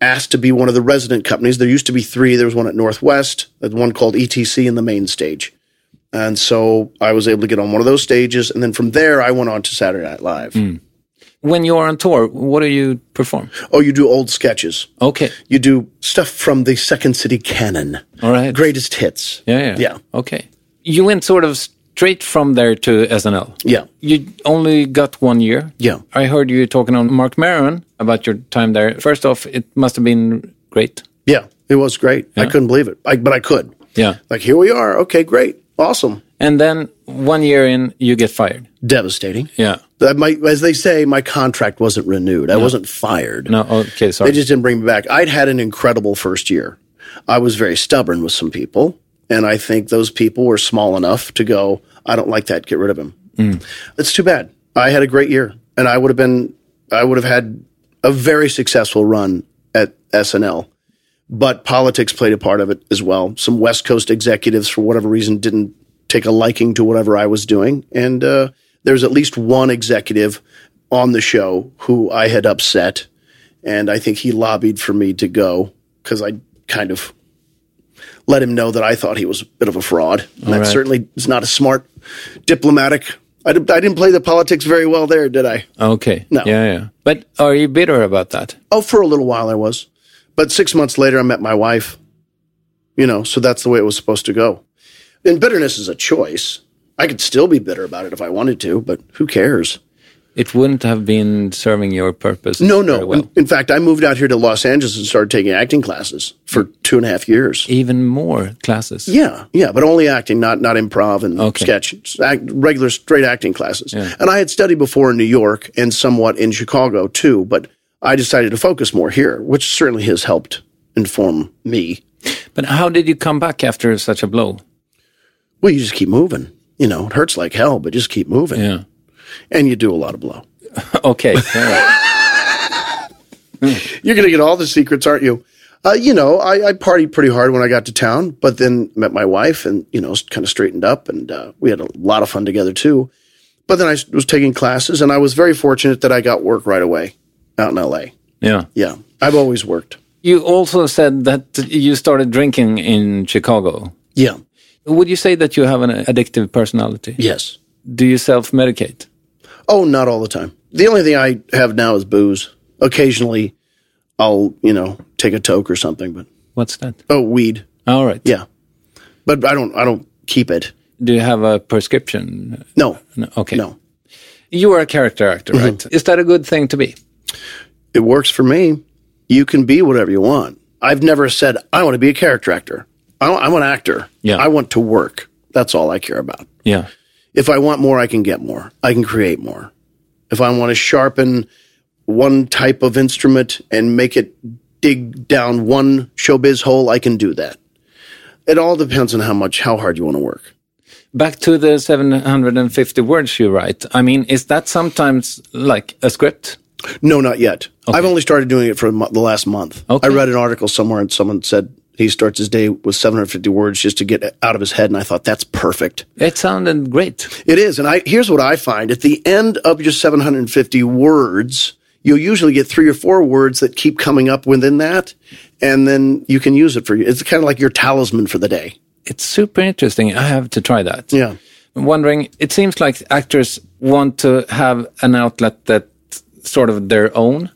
A: asked to be one of the resident companies. There used to be three. There was one at Northwest, there's one called ETC in the main stage. And so I was able to get on one of those stages. And then from there, I went on to Saturday Night Live.
C: When you are on tour, what do you perform?
A: Oh, you do old sketches.
C: Okay.
A: You do stuff from the Second City canon.
C: All right.
A: Greatest hits.
C: Yeah, yeah.
A: Yeah.
C: Okay. You went sort of straight from there to SNL.
A: Yeah.
C: You only got one year.
A: Yeah.
C: I heard you talking on Mark Maron about your time there. First off, it must have been great.
A: Yeah. It was great. I couldn't believe it, I, but I could.
C: Yeah.
A: Like, here we are. Okay, great. Awesome.
C: And then one year in, you get fired.
A: Devastating.
C: Yeah.
A: That might, as they say, my contract wasn't renewed. I wasn't fired.
C: No, okay, sorry.
A: They just didn't bring me back. I'd had an incredible first year. I was very stubborn with some people, and I think those people were small enough to go, I don't like that, get rid of him. It's too bad. I had a great year, and I would have been, I would have had a very successful run at SNL, but politics played a part of it as well. Some West Coast executives, for whatever reason, didn't take a liking to whatever I was doing, and uh, there's at least one executive on the show who I had upset, and I think he lobbied for me to go because I kind of let him know that I thought he was a bit of a fraud. And that
C: right.
A: certainly is not a smart diplomatic. I, di- I didn't play the politics very well there, did I?
C: Okay.
A: No.
C: Yeah, yeah. But are you bitter about that?
A: Oh, for a little while I was. But six months later, I met my wife. You know, so that's the way it was supposed to go. And bitterness is a choice. I could still be bitter about it if I wanted to, but who cares?
C: It wouldn't have been serving your purpose.
A: No,
C: very
A: no.
C: well.
A: In, in fact, I moved out here to Los Angeles and started taking acting classes for two and a half years.
C: Even more classes.
A: Yeah, yeah, but only acting, not not improv and
C: Okay.
A: sketch, It's act, regular straight acting classes. And I had studied before in New York and somewhat in Chicago too, but I decided to focus more here, which certainly has helped inform me.
C: But how did you come back after such a blow?
A: Well, you just keep moving. You know, it hurts like hell, but just keep moving.
C: Yeah.
A: And you do a lot of blow.
C: okay. all right.
A: You're going to get all the secrets, aren't you? Uh, you know, I, I partied pretty hard when I got to town, but then met my wife and, you know, kind of straightened up and uh, we had a lot of fun together too. But then I s- was taking classes and I was very fortunate that I got work right away out in LA.
C: Yeah.
A: Yeah. I've always worked.
C: You also said that you started drinking in Chicago.
A: Yeah.
C: Would you say that you have an addictive personality?
A: Yes.
C: Do you self medicate?
A: Oh, not all the time. The only thing I have now is booze. Occasionally I'll, you know, take a toke or something, but
C: What's that?
A: oh, weed.
C: All right.
A: Yeah. But I don't, I don't keep it.
C: Do you have a prescription?
A: No.
C: No, Okay.
A: No.
C: You are a character actor, right? Is that a good thing to be?
A: it works for me. You can be whatever you want. I've never said I want to be a character actor. I don't- I'm an actor.
C: Yeah.
A: I want to work. That's all I care about.
C: Yeah.
A: If I want more, I can get more. I can create more. If I want to sharpen one type of instrument and make it dig down one showbiz hole, I can do that. It all depends on how much, how hard you want to work.
C: Back to the 750 words you write. I mean, is that sometimes like a script?
A: No, not yet. I've only started doing it for a mo- the last month.
C: Okay.
A: I read an article somewhere and someone said he starts his day with 750 words just to get out of his head. And I thought, that's perfect.
C: It sounded great.
A: It is. And I, here's what I find at the end of your 750 words, you'll usually get three or four words that keep coming up within that. And then you can use it for you. It's kind of like your talisman for the day.
C: It's super interesting. I have to try that.
A: Yeah.
C: I'm wondering, it seems like actors want to have an outlet that sort of their own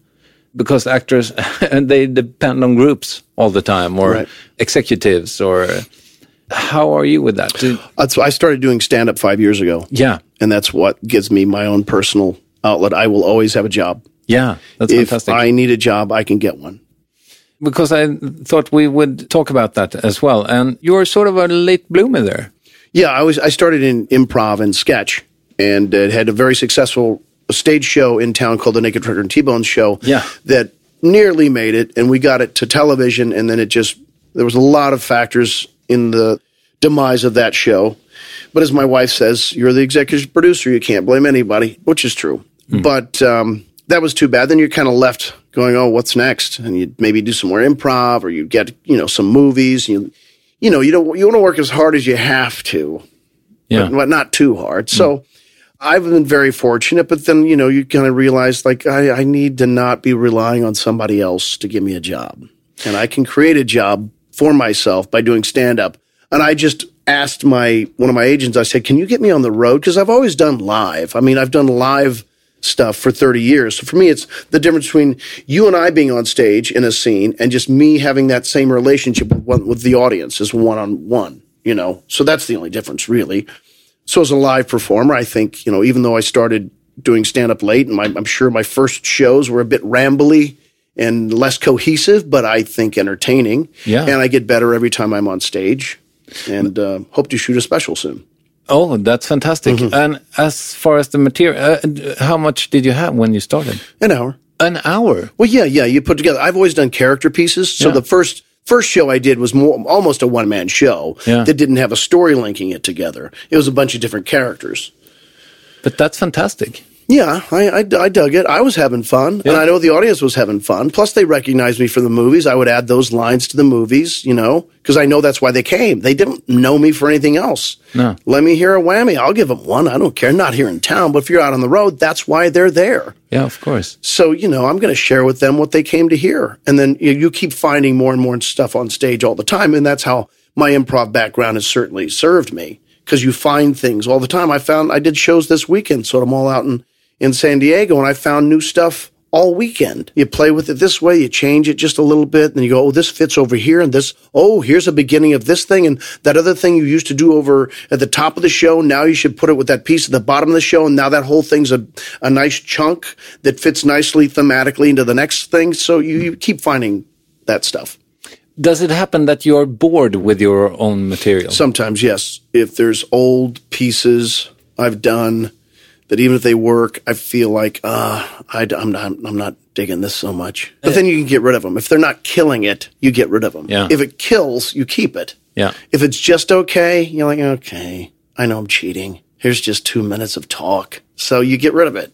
C: because actors they depend on groups all the time or
A: Right.
C: executives or how are you with that? Do-
A: That's, I started doing stand up five years ago.
C: Yeah.
A: And that's what gives me my own personal outlet. I will always have a job.
C: Yeah. That's
A: if
C: fantastic.
A: I need a job, I can get one.
C: because I thought we would talk about that as well. And you're sort of a late bloomer there.
A: Yeah, I was. I started in improv and sketch, and it had a very successful stage show in town called the Naked Trucker and T-Bone Show.
C: Yeah.
A: that nearly made it, and we got it to television, and then it just there was a lot of factors in the demise of that show. But as my wife says, you're the executive producer; you can't blame anybody, which is true. But um, that was too bad. Then you're kind of left going, "Oh, what's next?" And you would maybe do some more improv, or you get you know some movies. And you you know you don't you want to work as hard as you have to
C: Yeah.
A: but not too hard. So I've been very fortunate, but then, you know, you kind of realize like I, I need to not be relying on somebody else to give me a job. And I can create a job for myself by doing stand up. And I just asked my one of my agents, I said, Can you get me on the road? Because I've always done live. I mean, I've done live stuff for 30 years. So for me, it's the difference between you and I being on stage in a scene and just me having that same relationship with, one, with the audience is one on one, you know? So that's the only difference, really. So as a live performer, I think, you know, even though I started doing stand up late and my, I'm sure my first shows were a bit rambly and less cohesive, but I think entertaining.
C: Yeah.
A: And I get better every time I'm on stage and uh, hope to shoot a special soon.
C: Oh, that's fantastic.
A: Mm-hmm.
C: And as far as the material, uh, d- how much did you have when you started?
A: An hour.
C: An hour.
A: Well, yeah, yeah. You put together. I've always done character pieces. So the first first show I did was more almost a one man show
C: Yeah.
A: that didn't have a story linking it together. It was a bunch of different characters.
C: But that's fantastic.
A: Yeah, I, I, I dug it. I was having fun, and I know the audience was having fun. Plus, they recognized me from the movies. I would add those lines to the movies, you know, because I know that's why they came. They didn't know me for anything else.
C: No.
A: Let me hear a whammy. I'll give them one. I don't care. Not here in town, but if you're out on the road, that's why they're there.
C: Yeah, of course.
A: So, you know, I'm going to share with them what they came to hear. And then you, you keep finding more and more stuff on stage all the time. And that's how my improv background has certainly served me because you find things all the time. I found I did shows this weekend, so I'm all out in, in San Diego and I found new stuff all weekend. You play with it this way, you change it just a little bit, and then you go, oh, this fits over here, and this, oh, here's a beginning of this thing, and that other thing you used to do over at the top of the show, now you should put it with that piece at the bottom of the show, and now that whole thing's a, a nice chunk that fits nicely thematically into the next thing. So you, you keep finding that stuff.
C: Does it happen that you're bored with your own material?
A: Sometimes, yes. If there's old pieces I've done that even if they work, I feel like, uh, I, am not, I'm not digging this so much. But then you can get rid of them. If they're not killing it, you get rid of them.
C: Yeah.
A: If it kills, you keep it.
C: Yeah.
A: If it's just okay, you're like, okay, I know I'm cheating. Here's just two minutes of talk. So you get rid of it.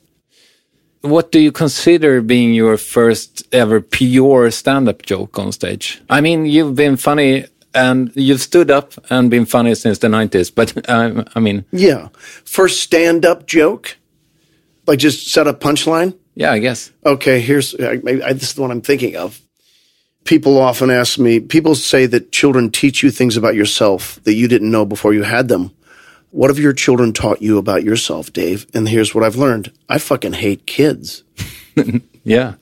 C: what do you consider being your first ever pure stand-up joke on stage? I mean, you've been funny and you've stood up and been funny since the 90s, but um, I mean,
A: Yeah. First stand up joke, like just set up punchline.
C: yeah, I guess.
A: okay, here's I, maybe, I, this is the one I'm thinking of. People often ask me, people say that children teach you things about yourself that you didn't know before you had them. What have your children taught you about yourself, Dave? And here's what I've learned. I fucking hate kids.
C: Yeah.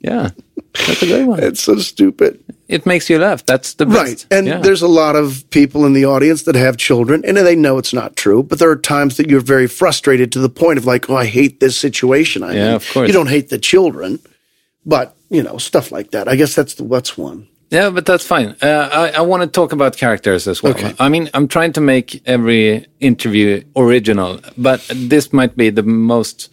C: Yeah. That's a good one.
A: It's so stupid.
C: It makes you laugh. That's the best.
A: Uh, Right. And
C: Yeah.
A: there's a lot of people in the audience that have children and they know it's not true, but there are times that you're very frustrated to the point of like, oh, I hate this situation. I
C: Yeah,
A: mean,
C: of course.
A: You don't hate the children, but you know, stuff like that. I guess that's the, what's one.
C: Yeah, but that's fine. Uh, I, I want to talk about characters as well.
A: Okay.
C: I mean, I'm trying to make every interview original, but this might be the most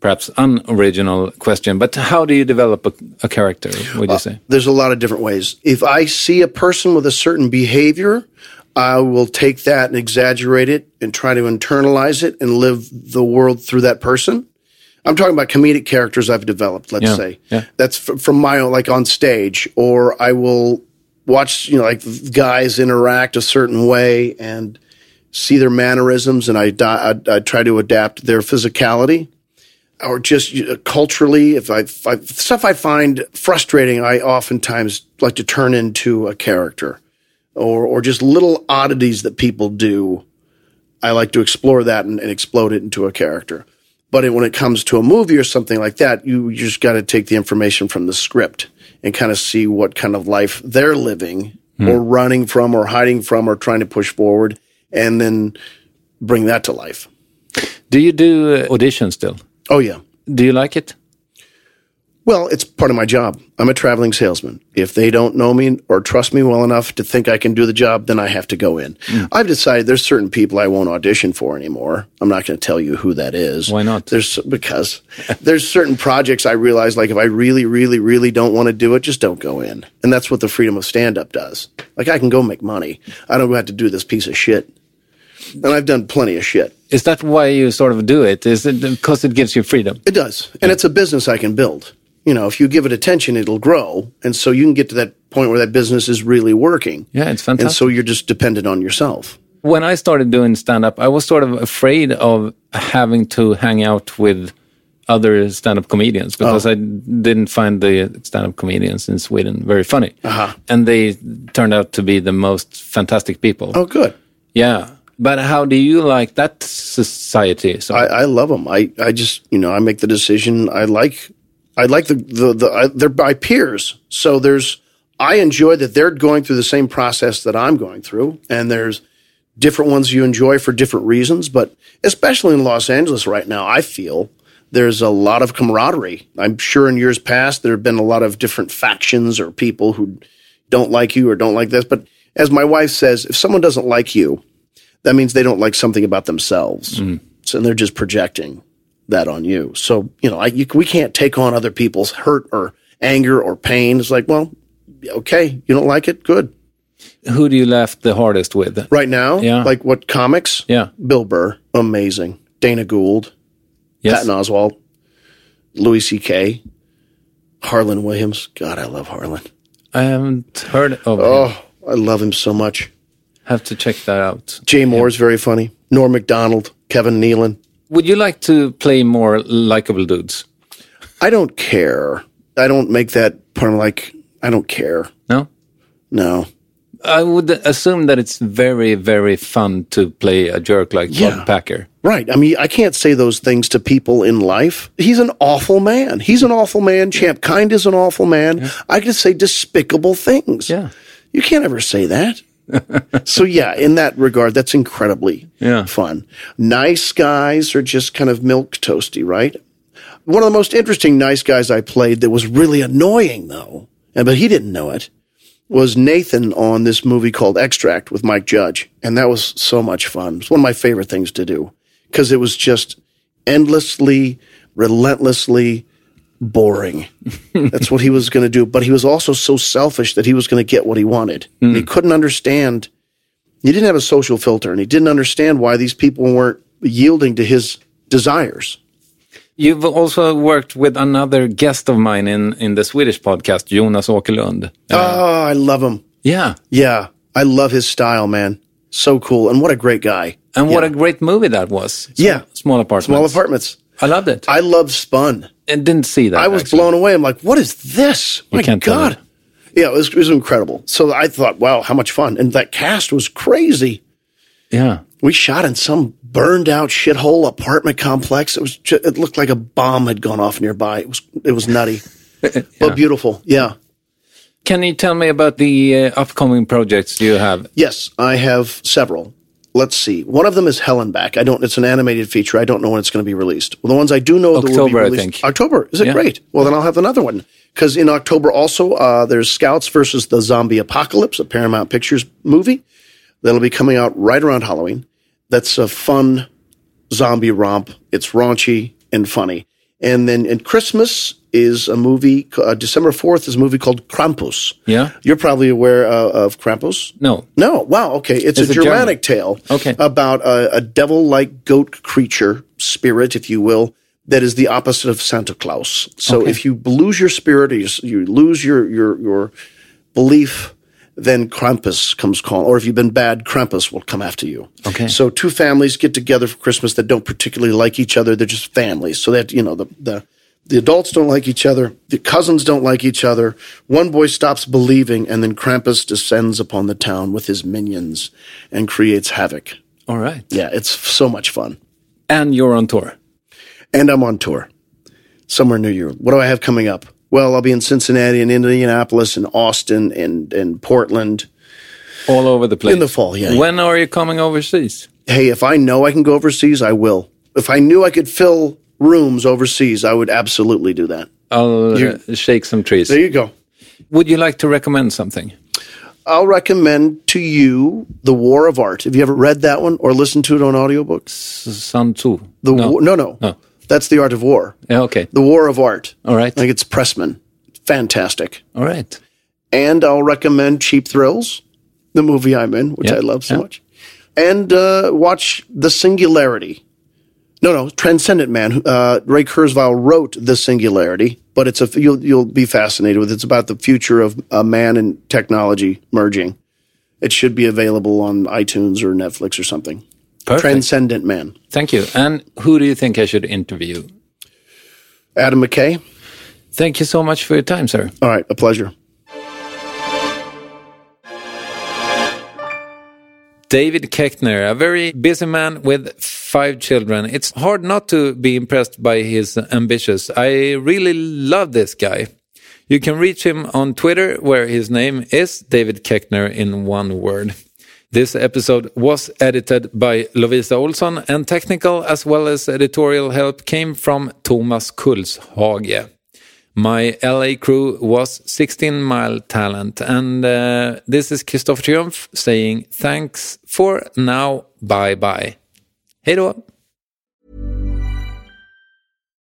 C: perhaps unoriginal question. But how do you develop a, a character, would you say?
A: There's a lot of different ways. If I see a person with a certain behavior, I will take that and exaggerate it and try to internalize it and live the world through that person. I'm talking about comedic characters I've developed, let's
C: Yeah,
A: say.
C: yeah.
A: That's f- from my own, like on stage, or I will watch, you know, like guys interact a certain way and see their mannerisms and I, di- I, I try to adapt their physicality or just uh, culturally, if I, if I stuff I find frustrating, I oftentimes like to turn into a character, or or just little oddities that people do. I like to explore that and, and explode it into a character. But it, when it comes to a movie or something like that, you, you just got to take the information from the script and kind of see what kind of life they're living, or running from, or hiding from, or trying to push forward, and then bring that to life.
C: Do you do uh, auditions still?
A: Oh yeah.
C: Do you like it?
A: Well, it's part of my job. I'm a traveling salesman. If they don't know me or trust me well enough to think I can do the job, then I have to go in.
C: Hmm.
A: I've decided there's certain people I won't audition for anymore. I'm not going to tell you who that is.
C: Why not?
A: There's because there's certain projects I realize like if I really really really don't want to do it, just don't go in. And that's what the freedom of stand up does. Like I can go make money. I don't have to do this piece of shit. And I've done plenty of shit.
C: Is that why you sort of do it? Is it because it gives you freedom?
A: It does. And it's a business I can build. You know, if you give it attention, it'll grow. And so you can get to that point where that business is really working.
C: Yeah, it's
A: And
C: fantastic.
A: so you're just dependent on yourself.
C: when I started doing stand up, I was sort of afraid of having to hang out with other stand up comedians because
A: Oh.
C: I didn't find the stand up comedians in Sweden very funny.
A: Uh-huh.
C: And they turned out to be the most fantastic people.
A: Oh, good.
C: Yeah. But how do you like that society? So,
A: I, I love them. I, I just, you know, I make the decision. I like, I like the, the, the I, they're my peers. So there's, I enjoy that they're going through the same process that I'm going through. And there's different ones you enjoy for different reasons. But especially in Los Angeles right now, I feel there's a lot of camaraderie. I'm sure in years past, there have been a lot of different factions or people who don't like you or don't like this. But as my wife says, if someone doesn't like you, that means they don't like something about themselves. So, and they're just projecting that on you. So, you know, I, you, we can't take on other people's hurt or anger or pain. It's like, well, okay, you don't like it? Good.
C: who do you laugh the hardest with?
A: Right now,
C: Yeah.
A: like what comics?
C: Yeah.
A: Bill Burr, amazing. Dana Gould,
C: Yes.
A: Patton Oswald, Louis C.K., Harlan Williams. God, I love Harlan.
C: I haven't heard of it.
A: Oh, I love him so much.
C: Have to check that out.
A: Jay Moore's very funny. Norm MacDonald, Kevin Nealon.
C: Would you like to play more likable dudes?
A: I don't care. I don't make that part. I'm like, I don't care.
C: No?
A: No.
C: I would assume that it's very, very fun to play a jerk like
A: Yeah.
C: Bob Packer.
A: Right. I mean, I can't say those things to people in life. He's an awful man. He's an awful man. Champ Kind is an awful man. I could say despicable things.
C: Yeah.
A: You can't ever say that. so yeah, in that regard, that's incredibly
C: Yeah.
A: fun. Nice guys are just kind of milk toasty, right? One of the most interesting nice guys I played that was really annoying though, and but he didn't know it, was Nathan on this movie called Extract with Mike Judge. And that was so much fun. It's one of my favorite things to do because it was just endlessly, relentlessly boring. That's what he was going to do. But he was also so selfish that he was going to get what he wanted. And He couldn't understand. He didn't have a social filter and he didn't understand why these people weren't yielding to his desires.
C: You've also worked with another guest of mine in, in the Swedish podcast, Jonas Åkerlund.
A: oh, I love him.
C: Yeah.
A: Yeah. I love his style, man. So cool. And what a great guy.
C: And what a great movie that was. S-
A: Yeah.
C: Small apartments.
A: Small apartments.
C: I loved it. I,
A: I love Spun.
C: didn't see that.
A: I was
C: actually.
A: blown away. I'm like, what is this?
C: You
A: My
C: can't tell
A: God.
C: it.
A: Yeah, it was, it was incredible. So I thought, wow, how much fun. And that cast was crazy.
C: Yeah.
A: We shot in some burned out shithole apartment complex. It was just, it looked like a bomb had gone off nearby. It was it was nutty, but beautiful. Yeah.
C: Can you tell me about the uh, upcoming projects you have?
A: Yes, I have several. Let's see. One of them is Hellenback. I don't. It's an animated feature. I don't know when it's going to be released. Well, the ones I do know that will be
C: October, I
A: released
C: think.
A: October. Is it
C: Yeah.
A: great? Well, then I'll have another one because in October also uh, there's Scouts versus the Zombie Apocalypse, a Paramount Pictures movie that'll be coming out right around Halloween. That's a fun zombie romp. It's raunchy and funny. And then at Christmas is a movie. Uh, December fourth is a movie called Krampus.
C: Yeah.
A: you're probably aware uh, of Krampus.
C: No.
A: No, wow, okay. It's,
C: It's
A: a,
C: a German.
A: Germanic tale
C: Okay.
A: about a, a devil like goat creature, spirit, if you will, that is the opposite of Santa Claus. So if you lose your spirit, or you, s- you lose your, your, your belief, then Krampus comes calling. Or if you've been bad, Krampus will come after you.
C: Okay.
A: So two families get together for Christmas that don't particularly like each other. They're just families. So that, you know, the, the, the adults don't like each other. The cousins don't like each other. One boy stops believing, and then Krampus descends upon the town with his minions and creates havoc.
C: All right.
A: Yeah, it's f- so much fun.
C: And you're on tour.
A: And I'm on tour somewhere near you. What do I have coming up? Well, I'll be in Cincinnati and Indianapolis and Austin and, and Portland.
C: All over the place.
A: In the fall, yeah, yeah.
C: When are you coming overseas?
A: hey, if I know I can go overseas, I will. If I knew I could fill rooms overseas, I would absolutely do that.
C: I'll uh, shake some trees.
A: There you go.
C: Would you like to recommend something?
A: I'll recommend to you The War of Art. Have you ever read that one or listened to it on audiobooks?
C: Sun Tzu.
A: The war, no, no,
C: No.
A: That's The Art of War.
C: Yeah, okay.
A: The War of Art.
C: All right.
A: I think it's Pressman. Fantastic.
C: All right.
A: And I'll recommend Cheap Thrills, the movie I'm in, which
C: Yeah,
A: I love so
C: yeah.
A: much. And uh, watch The Singularity. No, no, Transcendent Man. Uh, Ray Kurzweil wrote The Singularity, but it's a you'll you'll be fascinated with. it. It's about the future of uh, man and technology merging. It should be available on iTunes or Netflix or something.
C: Perfect.
A: Transcendent Man.
C: Thank you. And who do you think I should interview?
A: Adam McKay.
C: Thank you so much for your time, sir.
A: All right, a pleasure.
D: David Keckner, a very busy man with five children. It's hard not to be impressed by his ambitions. I really love this guy. You can reach him on Twitter, where his name is David Keckner in one word. This episode was edited by Lovisa Olsson, and technical as well as editorial help came from Thomas Kulshage. My LA crew was 16 Mile Talent, and uh, this is Christopher Triumph saying thanks for now. Bye bye. Hej då!